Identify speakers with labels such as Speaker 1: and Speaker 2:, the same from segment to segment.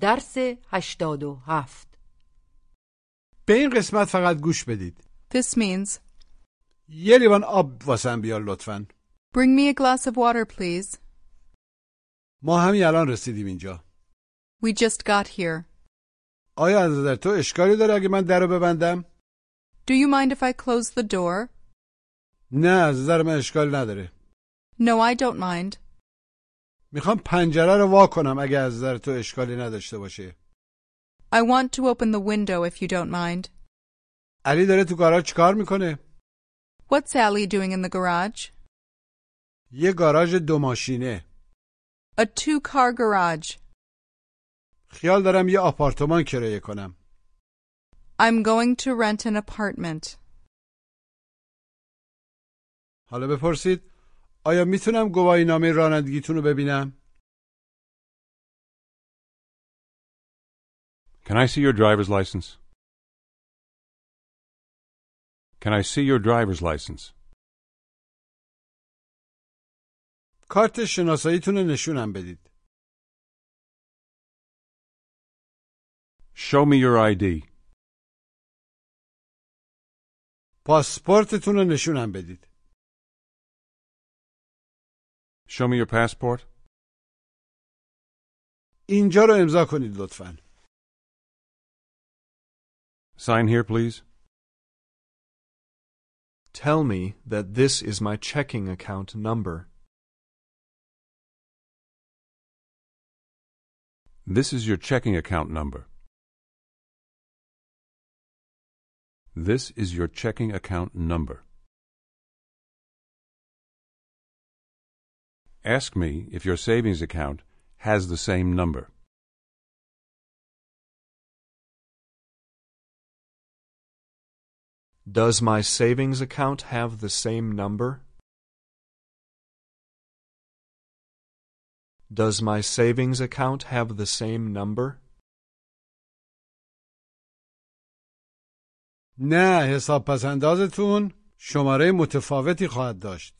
Speaker 1: درس 87
Speaker 2: به این قسمت فقط گوش بدید
Speaker 3: This means,
Speaker 2: یه لیوان آب واسم بیار لطفا
Speaker 3: Bring me a glass of water, please.
Speaker 2: ما همین الان رسیدیم اینجا
Speaker 3: We just got here.
Speaker 2: آیا از نظر تو اشکالی داره اگه من در رو ببندم؟
Speaker 3: Do you mind if I close the door?
Speaker 2: نه از نظر من اشکال نداره
Speaker 3: No, I don't mind.
Speaker 2: میخوام پنجره رو وا کنم اگه از نظر تو اشکالی نداشته باشه
Speaker 3: I want to open the window if you don't mind.
Speaker 2: علی داره تو گاراژ چیکار میکنه؟
Speaker 3: What's Allie doing in the garage?
Speaker 2: یه گاراژ دو ماشینه
Speaker 3: A two car garage.
Speaker 2: خیال دارم یه آپارتمان کرایه کنم
Speaker 3: I'm going to rent an apartment.
Speaker 2: حالا بپرسید آیا میتونم گواهی نامه رانندگیتون رو ببینم؟
Speaker 4: Can I see your driver's license? Can I see your driver's license?
Speaker 2: کارت شناساییتون رو نشونم بدید
Speaker 4: Show me your ID.
Speaker 2: پاسپورتتون رو نشونم بدید
Speaker 4: Show me your passport.
Speaker 2: اینجا رو امضا کنید لطفا
Speaker 4: Sign here, please.
Speaker 5: Tell me that this is my checking account number.
Speaker 4: This is your checking account number. This is your checking account number. Ask me if your savings account has the same number.
Speaker 5: Does my savings account have the same number? Does my savings account have the same number?
Speaker 2: نه حساب پس اندازتون شماره متفاوتی خواهد داشت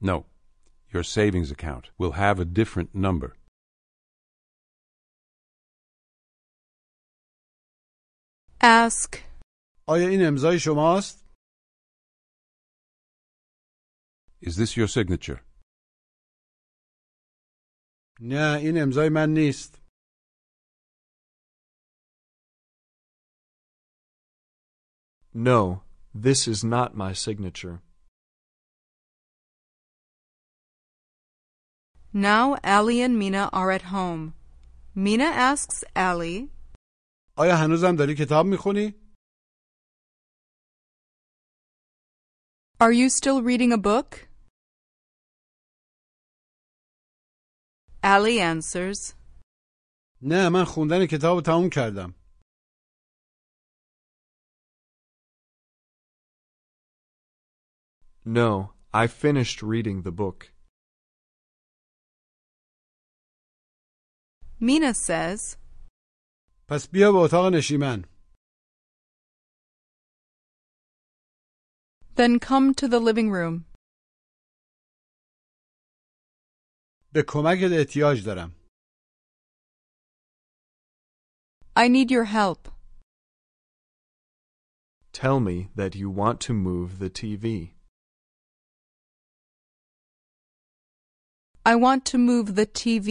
Speaker 4: No. Your savings account will have a different number.
Speaker 3: Ask,
Speaker 2: آیا این امضای شماست؟
Speaker 4: Is this your signature?
Speaker 2: نه این امضای من نیست
Speaker 5: No, this is not my signature.
Speaker 3: Now Allie and Mina are at home. Mina asks Allie,
Speaker 2: آیا هنوزم داری کتاب میخونی؟
Speaker 3: Are you still reading a book? Allie answers,
Speaker 2: نه من خوندن کتاب رو تموم کردم
Speaker 5: No, I finished reading the book.
Speaker 3: Mina says,
Speaker 2: پس بیا به اتاق نشیمن
Speaker 3: Then come to the living room.
Speaker 2: به کمکت احتیاج دارم
Speaker 3: I need your help.
Speaker 5: Tell me that you want to move the TV.
Speaker 3: I want to move the TV.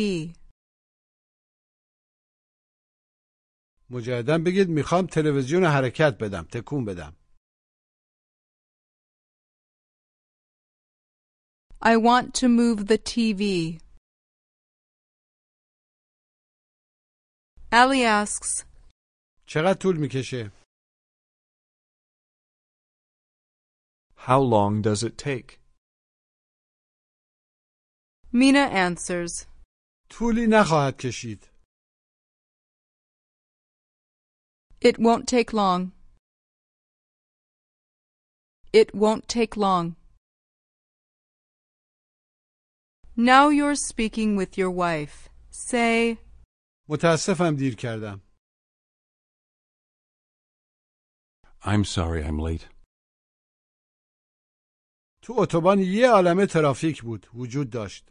Speaker 2: مجددا بگید میخوام تلویزیون رو حرکت بدم تکون بدم
Speaker 3: I want to move the TV. Allie asks,
Speaker 2: چقدر طول میکشه؟
Speaker 5: How long does it take?
Speaker 3: Mina answers,
Speaker 2: طولی نخواهد کشید
Speaker 3: It won't take long. It won't take long. Now you're speaking with your wife. Say,
Speaker 2: متاسفم دیر کردم
Speaker 4: I'm sorry I'm late.
Speaker 6: تو اتوبان یه عالمه ترافیک بود وجود داشت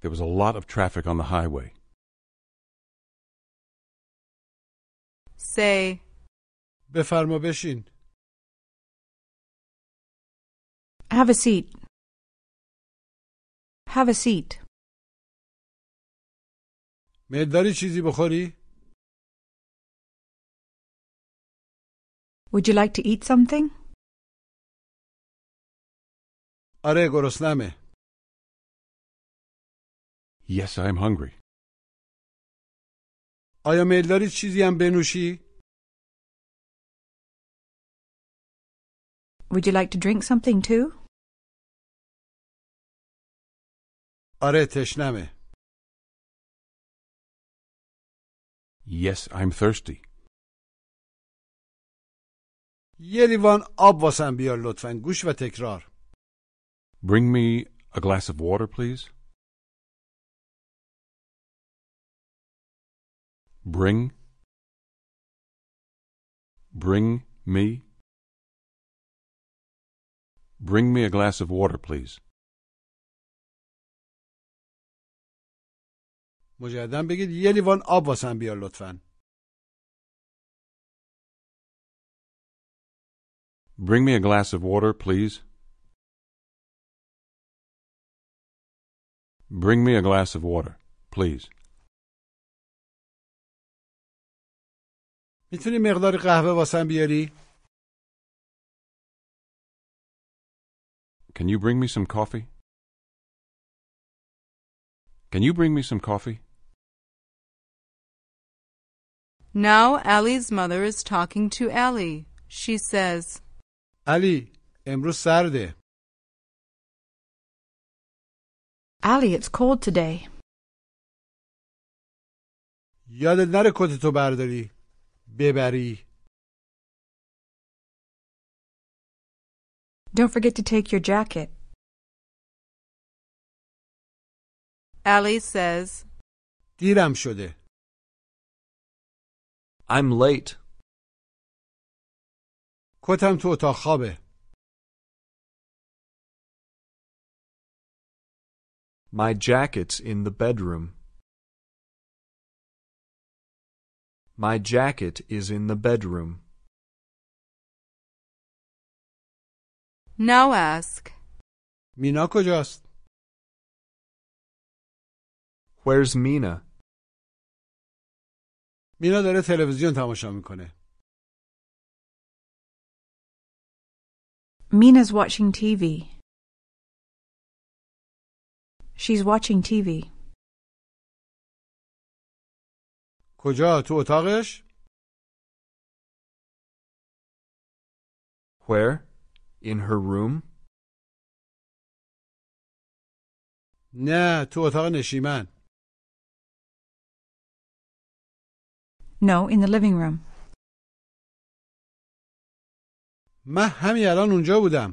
Speaker 7: There was a lot of traffic on the highway.
Speaker 1: Say,
Speaker 6: بفرما بشین
Speaker 8: Have a seat. Have a seat.
Speaker 6: مقداری چیزی بخوری
Speaker 8: Would you like to eat something?
Speaker 6: آره گرسنمه
Speaker 7: Yes, I am hungry.
Speaker 6: آیا میل داری چیزی هم بنوشی
Speaker 8: Would you like to drink something too?
Speaker 6: آره تشنمه
Speaker 7: Yes, I'm thirsty.
Speaker 6: یه لیوان آب واسم بیار لطفا گوش و تکرار
Speaker 7: Bring me a glass of water, please. Bring. Bring me. Bring me a glass of water, please.
Speaker 6: مجددا بگید یه لیوان آب واسم بیار لطفا
Speaker 7: Bring me a glass of water, please. Bring me a glass of water, please.
Speaker 6: میتونی مقدار قهوه واسم بیاری
Speaker 7: Can you bring me some coffee? Can you bring me some coffee?
Speaker 1: now Allie's mother is talking to Allie. She says,
Speaker 6: علی امروز سرده
Speaker 8: Ali, it's cold today.
Speaker 6: یادت نره کتتو برداری ببری
Speaker 8: Don't forget to take your jacket.
Speaker 1: Allie says,
Speaker 6: دیرم شده
Speaker 4: I'm late.
Speaker 6: کتم تو اتاق خوابه
Speaker 4: My jacket's in the bedroom. My jacket is in the bedroom.
Speaker 1: Now ask,
Speaker 6: مینا کجاست
Speaker 4: Where's Mina?
Speaker 6: مینا داره تلویزیون تماشا میکنه
Speaker 8: Mina's watching TV. She's watching TV.
Speaker 6: کجا تو اتاقش
Speaker 4: Where? In her room?
Speaker 6: نه تو اتاق نشیمن
Speaker 8: No, in the living room.
Speaker 6: من همین الان اونجا بودم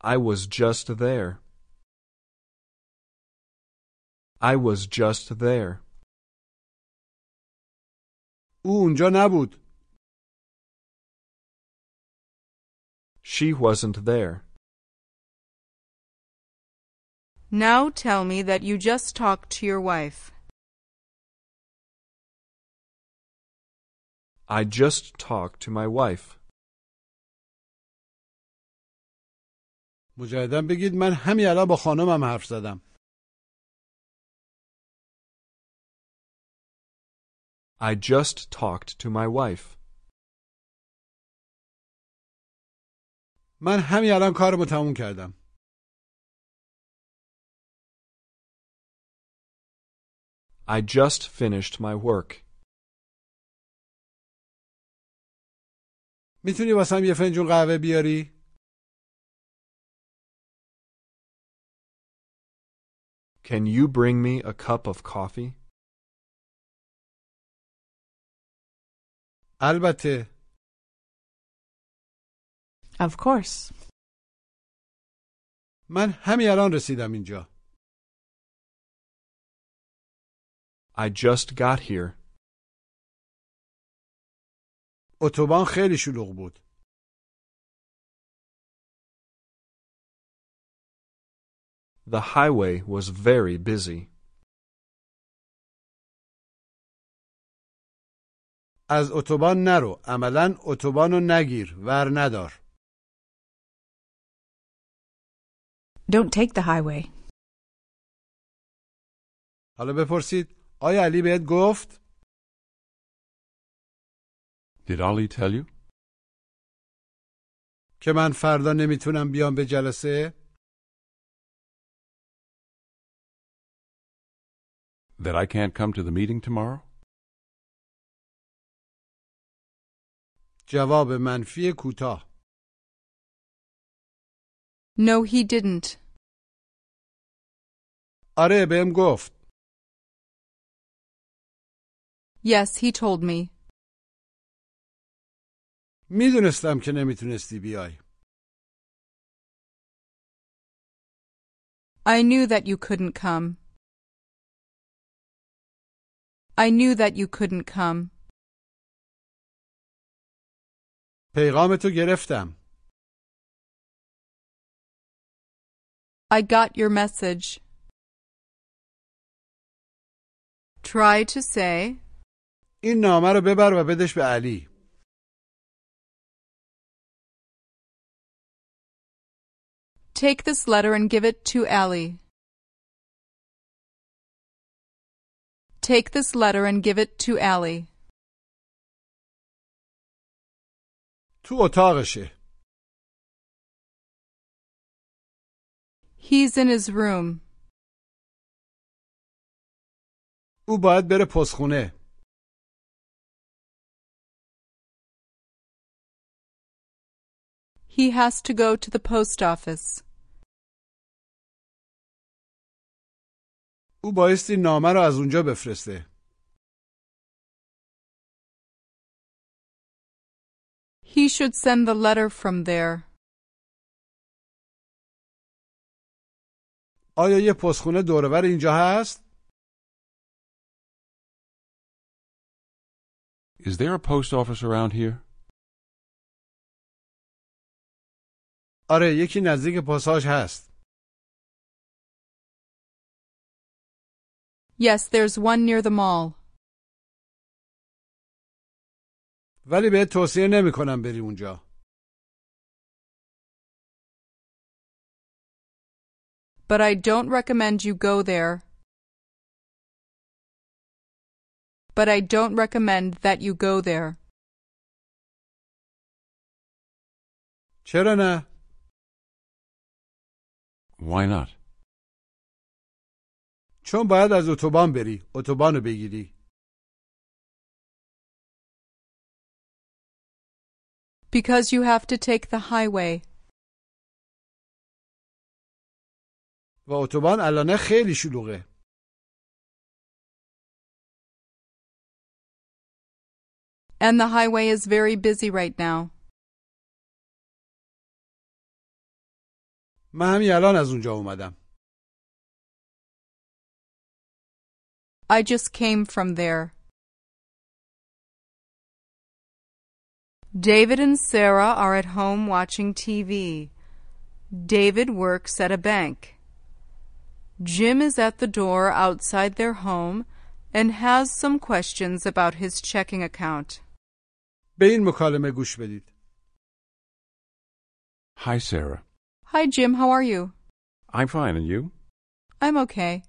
Speaker 4: I was just there. I was just there.
Speaker 6: او اونجا نبود
Speaker 4: She wasn't there.
Speaker 1: Now tell me that you just talked to your wife.
Speaker 4: I just talked to my wife.
Speaker 6: مجددا بگید من همین الان با خانمم حرف زدم
Speaker 4: I just talked to my wife.
Speaker 6: من همین الان کارمو تموم کردم
Speaker 4: I just finished my work.
Speaker 6: میتونی واسم یه فنجون قهوه بیاری
Speaker 4: Can you bring me a cup of coffee?
Speaker 6: البته
Speaker 8: Of course.
Speaker 6: من همین الان رسیدم اینجا
Speaker 4: I just got here.
Speaker 6: اتوبان خیلی شلوغ بود.
Speaker 4: The highway was very busy.
Speaker 6: از اتوبان نرو. عملا اتوبانو نگیر. ور ندار.
Speaker 8: Don't take the highway.
Speaker 6: حالا بپرسید آیا علی بهت گفت؟
Speaker 7: Did Ali tell you?
Speaker 6: که من فردا نمیتونم بیام به جلسه؟
Speaker 7: That I can't come to the meeting tomorrow?
Speaker 6: جواب منفی کوتاه.
Speaker 1: No, he didn't.
Speaker 6: آره بهم گفت.
Speaker 1: Yes, he told me.
Speaker 6: میدونستم که نمیتونستی بیای.
Speaker 1: I knew that you couldn't come. I knew that you couldn't come.
Speaker 6: پیغامتو گرفتم.
Speaker 1: I got your message. Try to say,
Speaker 6: این نامه رو ببر و بدش به علی.
Speaker 1: Take this letter and give it to Allie. Take this letter and give it to Allie.
Speaker 6: تو اتاقشه.
Speaker 1: He's in his room.
Speaker 6: او باید بره پسخونه.
Speaker 1: He has to go to the post office.
Speaker 6: او بایستی نامه رو از اونجا بفرسته.
Speaker 1: He should send the letter from there.
Speaker 6: آیا یه پسخونه دورور اینجا هست؟
Speaker 7: Is there a post office around here?
Speaker 6: آره یکی نزدیک پاساژ هست.
Speaker 1: Yes, there's one near the mall.
Speaker 6: ولی بهت توصیه نمیکنم بری اونجا.
Speaker 1: But I don't recommend you go there. But I don't recommend that you go there.
Speaker 6: چرا نه؟
Speaker 7: Why not?
Speaker 6: چون باید از اتوبان بری. اتوبانو بگیری.
Speaker 1: Because you have to take the highway.
Speaker 6: و اتوبان الانه خیلی شلوغه.
Speaker 1: And the highway is very busy right now.
Speaker 6: من همین الان از اونجا اومدم.
Speaker 1: I just came from there. David and Sarah are at home watching TV. David works at a bank. Jim is at the door outside their home and has some questions about his checking account.
Speaker 6: به این مکالمه گوش بدید.
Speaker 7: Hi, Sarah.
Speaker 1: Hi, Jim, how are you?
Speaker 7: I'm fine, and you?
Speaker 1: I'm okay.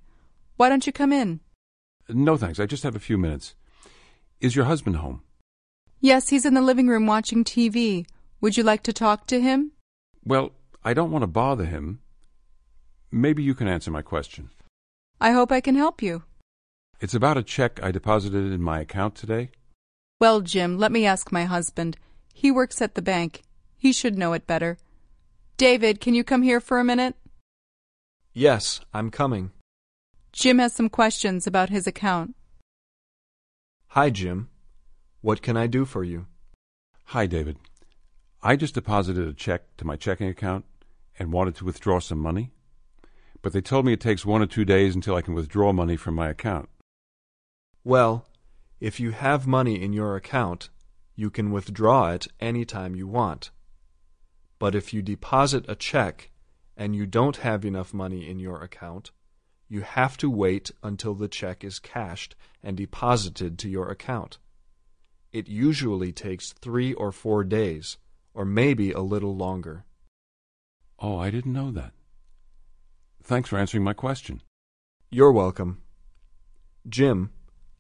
Speaker 1: Why don't you come in?
Speaker 7: No, thanks. I just have a few minutes. Is your husband home?
Speaker 1: Yes, he's in the living room watching TV. Would you like to talk to him?
Speaker 7: Well, I don't want to bother him. Maybe you can answer my question.
Speaker 1: I hope I can help you.
Speaker 7: It's about a check I deposited in my account today.
Speaker 1: Well, Jim, let me ask my husband. He works at the bank. He should know it better. David, can you come here for a minute?
Speaker 4: Yes, I'm coming.
Speaker 1: Jim has some questions about his account.
Speaker 4: Hi, Jim. What can I do for you?
Speaker 7: Hi, David. I just deposited a check to my checking account and wanted to withdraw some money, but they told me it takes one or two days until I can withdraw money from my account.
Speaker 4: Well, if you have money in your account,
Speaker 9: You can withdraw it any time you want. But if you deposit a check and you don't have enough money in your account, you have to wait until the check is cashed and deposited to your account. It usually takes three or four days, or maybe a little longer.
Speaker 7: Oh, I didn't know that. Thanks for answering my question.
Speaker 9: You're welcome. Jim,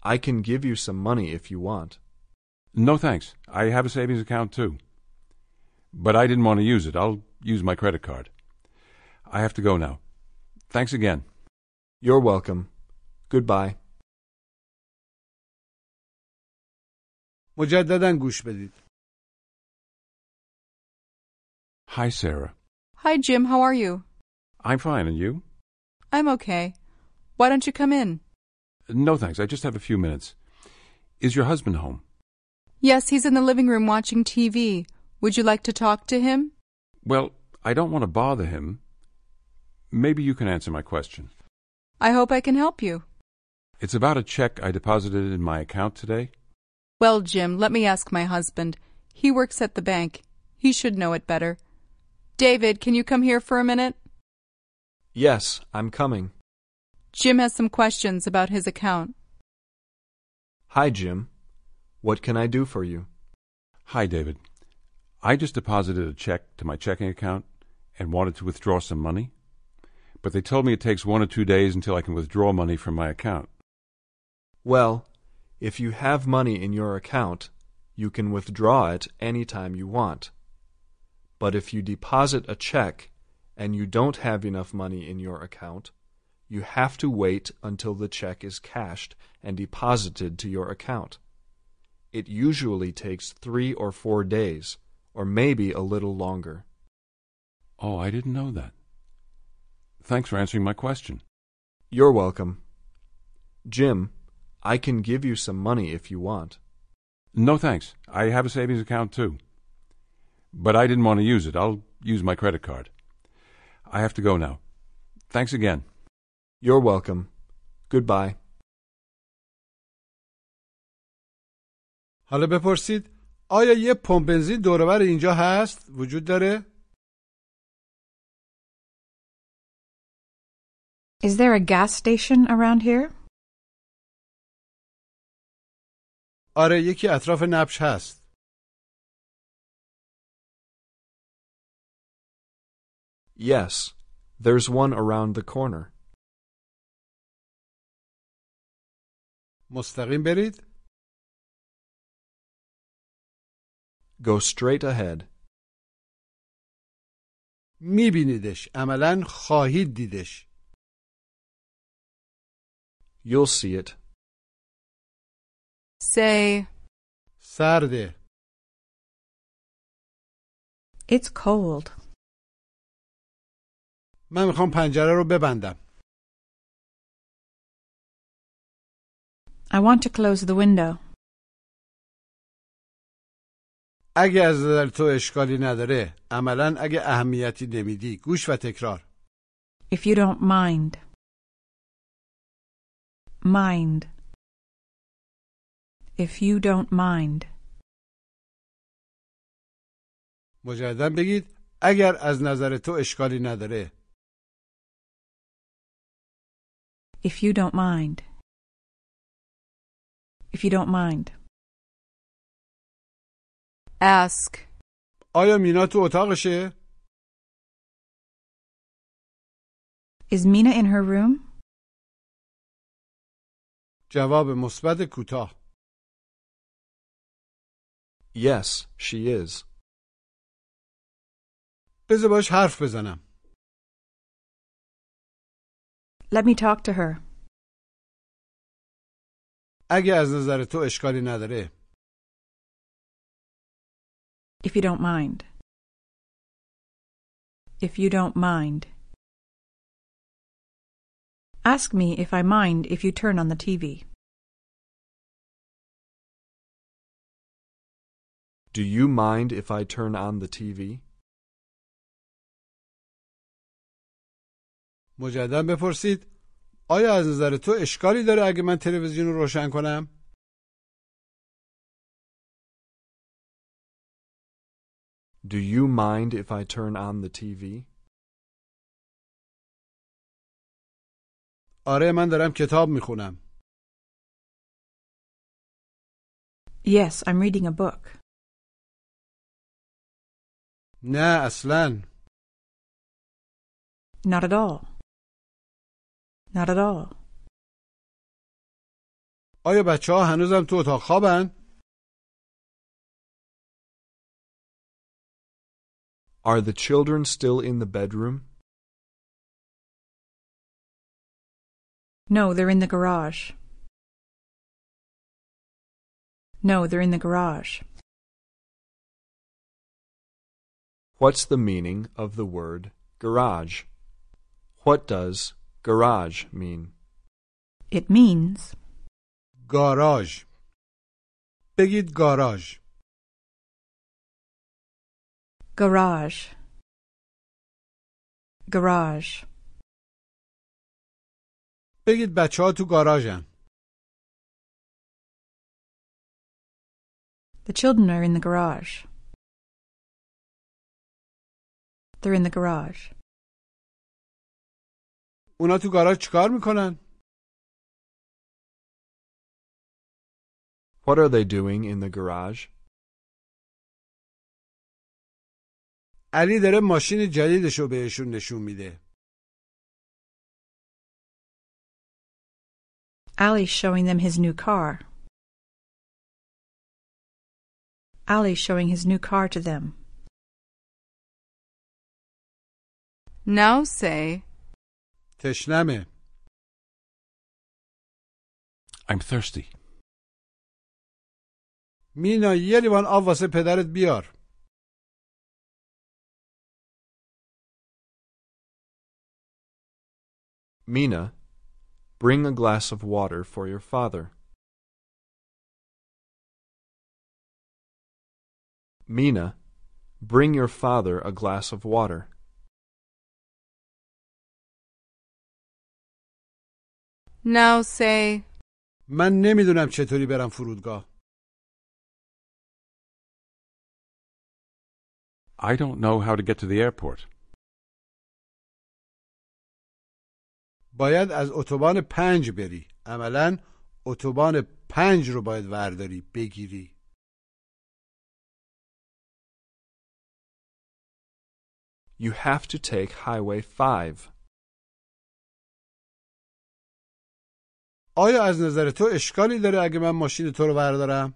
Speaker 9: I can give you some money if you want.
Speaker 7: No thanks. I have a savings account too. But I didn't want to use it. I'll use my credit card. I have to go now. Thanks again.
Speaker 9: You're welcome. Goodbye.
Speaker 6: مجددا گوش بدید
Speaker 7: Hi, Sarah.
Speaker 1: Hi, Jim. How are you?
Speaker 7: I'm fine, and you?
Speaker 1: I'm okay. Why don't you come in?
Speaker 7: No thanks. I just have a few minutes. Is your husband home?
Speaker 1: Yes, he's in the living room watching TV. Would you like to talk to him?
Speaker 7: Well, I don't want to bother him. Maybe you can answer my question.
Speaker 1: I hope I can help you.
Speaker 7: It's about a check I deposited in my account today.
Speaker 1: Well, Jim, let me ask my husband. He works at the bank. He should know it better. David, can you come here for a minute?
Speaker 9: Yes, I'm coming.
Speaker 1: Jim has some questions about his account.
Speaker 9: Hi, Jim. What can I do for you?
Speaker 7: Hi, David. I just deposited a check to my checking account and wanted to withdraw some money, but they told me it takes one or two days until I can withdraw money from my account.
Speaker 9: Well, if you have money in your account, you can withdraw it any time you want. But if you deposit a check and you don't have enough money in your account, you have to wait until the check is cashed and deposited to your account. It usually takes three or four days, or maybe a little longer.
Speaker 7: Oh, I didn't know that. Thanks for answering my question.
Speaker 9: You're welcome. Jim, I can give you some money if you want.
Speaker 7: No thanks. I have a savings account too. But I didn't want to use it. I'll use my credit card. I have to go now. Thanks again.
Speaker 9: You're welcome. Goodbye.
Speaker 6: حالا بپرسید آیا یه پمپ بنزین دوربر اینجا هست وجود داره
Speaker 8: Is there a gas station around here?
Speaker 6: آره یکی اطراف نبش هست
Speaker 9: Yes, there's one around the corner.
Speaker 6: مستقیم برید
Speaker 9: Go straight ahead.
Speaker 6: میبینیدش عملا خواهید دیدش
Speaker 9: You'll see it.
Speaker 1: Say,
Speaker 6: سرده
Speaker 8: It's cold.
Speaker 6: من میخوام پنجره رو ببندم
Speaker 8: I want to close the window.
Speaker 6: اگه از نظر تو اشکالی نداره عملا اگه اهمیتی نمیدی گوش و تکرار
Speaker 8: If you don't mind. Mind. If you don't mind.
Speaker 6: مجددا بگید اگر از نظر تو اشکالی نداره
Speaker 8: If you don't mind. If you don't mind.
Speaker 1: ask,
Speaker 6: آیا مینا تو اتاقشه
Speaker 8: Is Mina in her room?
Speaker 6: جواب مثبت کوتاه
Speaker 9: Yes, she is.
Speaker 6: بذار باش حرف بزنم
Speaker 8: Let me talk to her.
Speaker 6: اگه از نظر تو اشکالی نداره
Speaker 8: If you don't mind. If you don't mind. Ask me if I mind if you turn on the TV.
Speaker 9: Do you mind if I turn on the TV?
Speaker 6: مجددا بپرسید آیا از نظر تو اشکالی داره اگه من تلویزیون رو روشن کنم
Speaker 4: Do you mind if I turn on the TV?
Speaker 6: آره من دارم کتاب میخونم.
Speaker 8: Yes, I'm reading a book.
Speaker 6: نه اصلا.
Speaker 8: Not at all. Not at all.
Speaker 6: آیا بچه ها هنوزم تو اتاق خوابن؟
Speaker 4: Are the children still in the bedroom?
Speaker 8: No, they're in the garage. No, they're in the garage.
Speaker 4: What's the meaning of the word garage? What does garage mean?
Speaker 8: It means
Speaker 6: گاراژ. بگید گاراژ.
Speaker 8: garage. Garage.
Speaker 6: بگید بچه ها تو گاراژن.
Speaker 8: The children are in the garage. They're in the garage.
Speaker 6: اونا تو گاراژ چیکار میکنن؟
Speaker 4: What are they doing in the garage?
Speaker 6: علی داره ماشین جدیدش رو بهشون نشون میده.
Speaker 8: Ali's showing them his new car. Ali's showing his new car to them.
Speaker 1: Now say,
Speaker 6: تشنمه.
Speaker 7: I'm thirsty.
Speaker 6: مینا یه لیوان آب واسه پدرت بیار.
Speaker 4: Mina, bring a glass of water for your father. Mina, bring your father a glass of water.
Speaker 1: now say,
Speaker 6: من نمیدونم چطوری برم فرودگاه.
Speaker 7: I don't know how to get to the airport.
Speaker 6: باید از اتوبان پنج بری. عملا اتوبان پنج رو باید ورداری بگیری.
Speaker 4: You have to take Highway 5.
Speaker 6: آیا از نظر تو اشکالی داره اگه من ماشین تو رو بردارم؟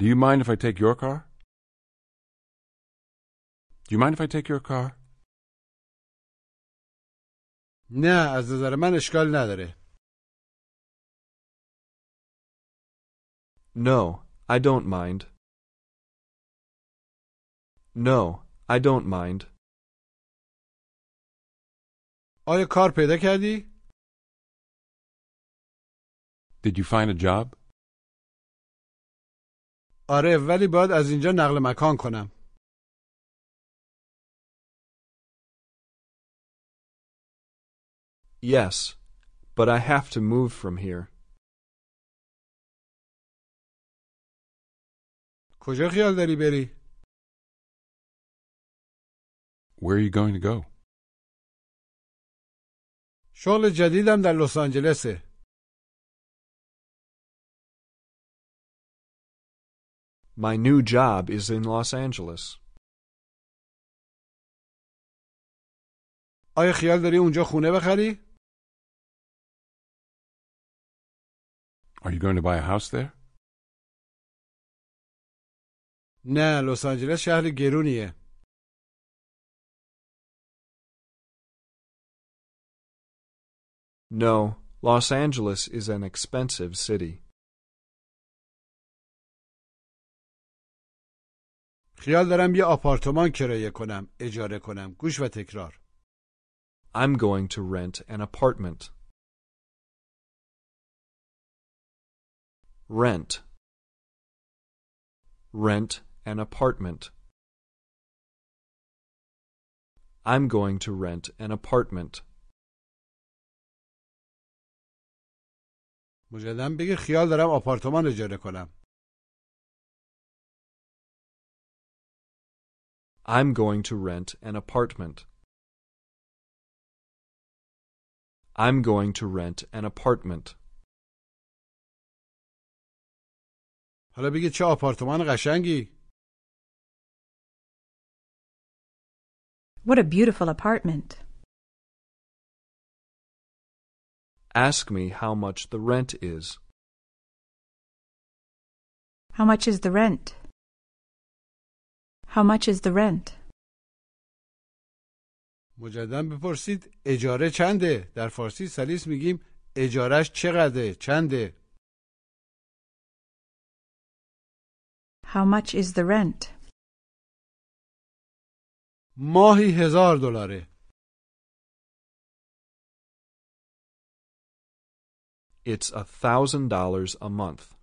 Speaker 7: Do you mind if I take your car? Do you mind if I take your car?
Speaker 6: نه از نظر من اشکال نداره.
Speaker 4: No, I don't mind. No, I don't mind.
Speaker 6: آیا کار پیدا کردی؟
Speaker 7: Did you find a job?
Speaker 6: آره ولی باید از اینجا نقل مکان کنم.
Speaker 4: Yes, but I have to move from here.
Speaker 6: کجا خیال داری بری؟
Speaker 7: Where are you going to go?
Speaker 6: شغل جدیدم در لس آنجلسه.
Speaker 4: My new job is in Los Angeles.
Speaker 6: آیا خیال داری اونجا خونه بخری؟
Speaker 7: Are you going to buy a house there?
Speaker 6: نه لس آنجلس شهر گرونیه.
Speaker 4: No, Los Angeles is an expensive city.
Speaker 6: خیال دارم یه آپارتمان کرایه کنم، اجاره کنم. گوش و تکرار.
Speaker 4: I'm going to rent an apartment. Rent. Rent an apartment. I'm going to rent an apartment.
Speaker 6: مجددا بگه خیال دارم آپارتمان اجاره کنم.
Speaker 4: I'm going to rent an apartment. I'm going to rent an apartment.
Speaker 6: حالا بگید چه آپارتمان قشنگی
Speaker 8: What a beautiful apartment.
Speaker 4: Ask me how much the rent is.
Speaker 8: How much is the rent? How much is the rent?
Speaker 6: مجددا بپرسید اجاره چنده در فارسی سلیس میگیم اجارش چقدره چنده
Speaker 8: How much is the rent?
Speaker 6: ماهی هزار دلاره
Speaker 4: It's a thousand dollars a month.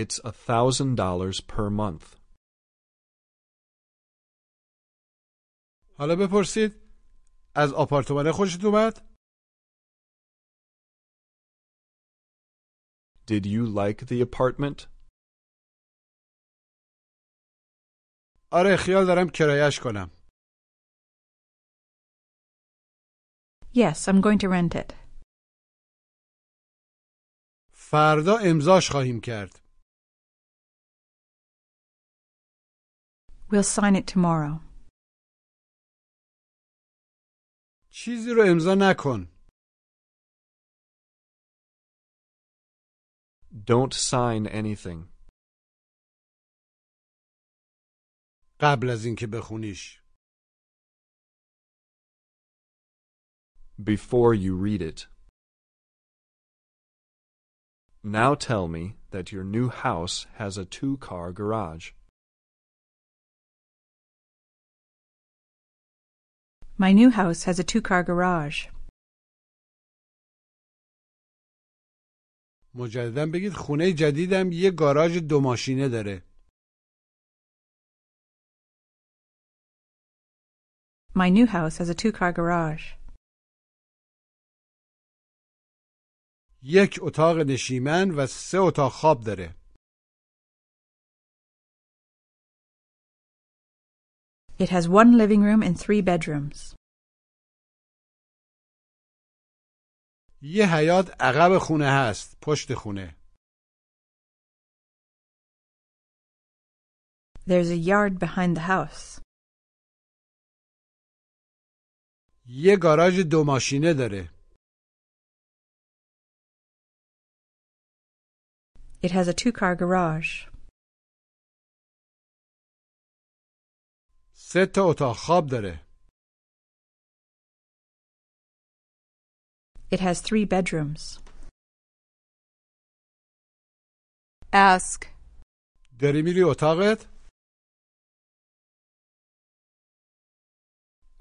Speaker 4: It's a thousand dollars per month.
Speaker 6: حالا بپرسید از آپارتمان خوشت اومد
Speaker 4: Did you like the apartment?
Speaker 6: آره خیال دارم کرایش کنم
Speaker 8: Yes, I'm going to rent it.
Speaker 6: فردا امضاش خواهیم کرد
Speaker 8: We'll sign it tomorrow.
Speaker 6: چیزی رو امضا نکن
Speaker 4: Don't sign anything.
Speaker 6: قبل از اینکه بخونیش
Speaker 4: before you read it. Now tell me that your new house has a two car garage.
Speaker 8: My new house has a two car garage.
Speaker 6: مجددا بگید خونه جدیدم یه گاراژ دو ماشینه داره
Speaker 8: My new house has a two car garage.
Speaker 6: یک اتاق نشیمن و سه اتاق خواب داره
Speaker 8: It has one living room and three bedrooms.
Speaker 6: یه حیات عقب خونه هست پشت خونه
Speaker 8: There's a yard behind the house.
Speaker 6: یه گاراژ دو ماشینه داره
Speaker 8: It has a two car garage.
Speaker 6: سه تا اتاق خواب داره
Speaker 8: It has three bedrooms.
Speaker 1: Ask.
Speaker 6: داری میری اتاقت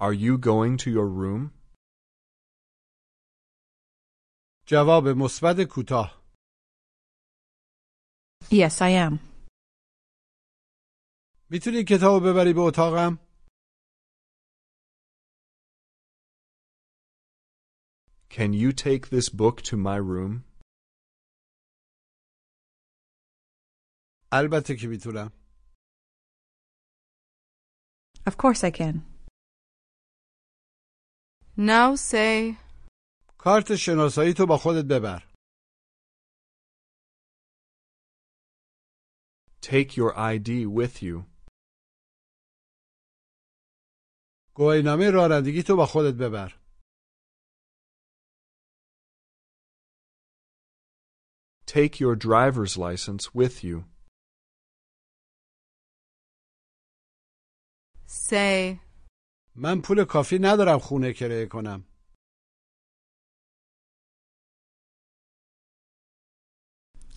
Speaker 4: Are you going to your room?
Speaker 6: جواب مثبت کوتاه
Speaker 8: Yes, I am.
Speaker 6: میتونی کتابو ببری به اتاقم
Speaker 4: Can you take this book to my room?
Speaker 6: البته که میتونم
Speaker 8: Of course I can.
Speaker 1: Now say,
Speaker 6: کارت شناسایی تو با خودت ببر
Speaker 4: Take your ID with you.
Speaker 6: گواهینامه رانندگی تو با خودت ببر
Speaker 4: Take your driver's license with you.
Speaker 1: say,
Speaker 6: من پول کافی ندارم خونه کرایه کنم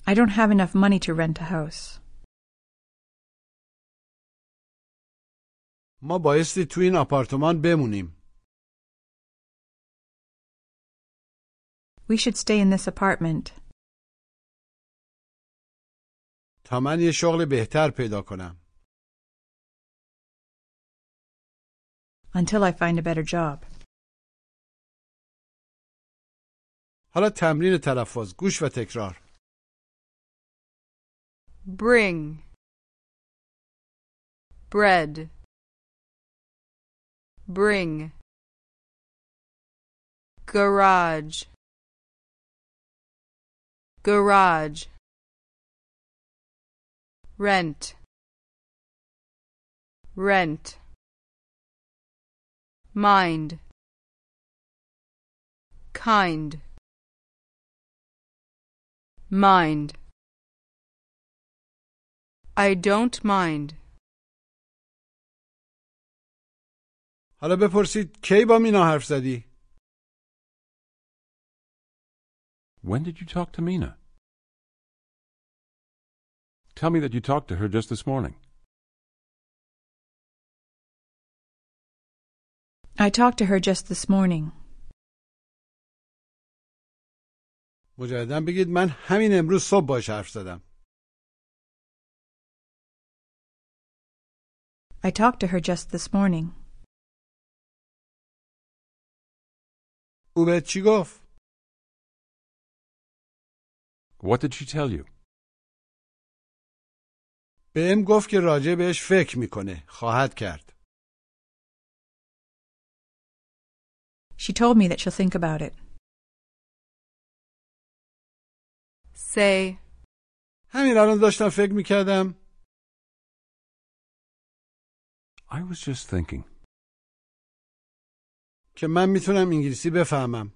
Speaker 8: I don't have enough money to rent a house.
Speaker 6: ما بایستی تو این آپارتمان بمونیم
Speaker 8: We should stay in this apartment
Speaker 6: تا من یه شغل بهتر پیدا کنم
Speaker 8: until I find a better job.
Speaker 6: حالا تمرین تلفظ گوش و تکرار
Speaker 1: bring.
Speaker 8: bread, bring, garage, garage, rent, rent, mind, kind, mind. I don't mind.
Speaker 6: حالا بپرسید کی با مینا حرف زدی؟
Speaker 4: When did you talk to Mina? Tell me that you talked to her just this morning.
Speaker 10: I talked to her just this morning.
Speaker 6: مجددا بگید من همین امروز صبح باش حرف زدم.
Speaker 10: I talked to her just this morning.
Speaker 6: او بهت چی گفت؟
Speaker 4: What did she tell you?
Speaker 6: بهم گفت که راجع بهش فکر میکنه. خواهد کرد.
Speaker 10: She told me that she'll think about it.
Speaker 8: Say,
Speaker 6: همین الان داشتم فکر میکردم.
Speaker 4: I was just thinking.
Speaker 6: که من میتونم انگلیسی بفهمم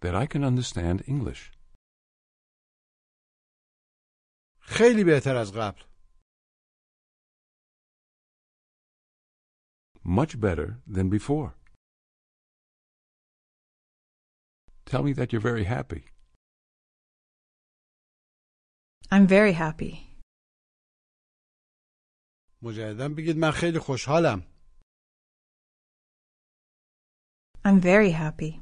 Speaker 4: that I can understand English.
Speaker 6: خیلی بهتر از قبل
Speaker 4: Much better than before. Tell me that you're very happy.
Speaker 10: I'm very happy.
Speaker 6: مجددا بگید من خیلی خوشحالم
Speaker 10: I'm very happy.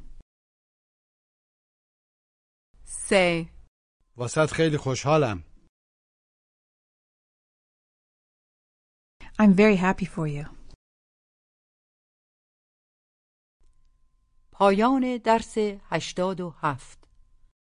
Speaker 8: say,
Speaker 6: واسط خیلی خوشحالم
Speaker 10: I'm very happy for you.
Speaker 3: پایان درس 87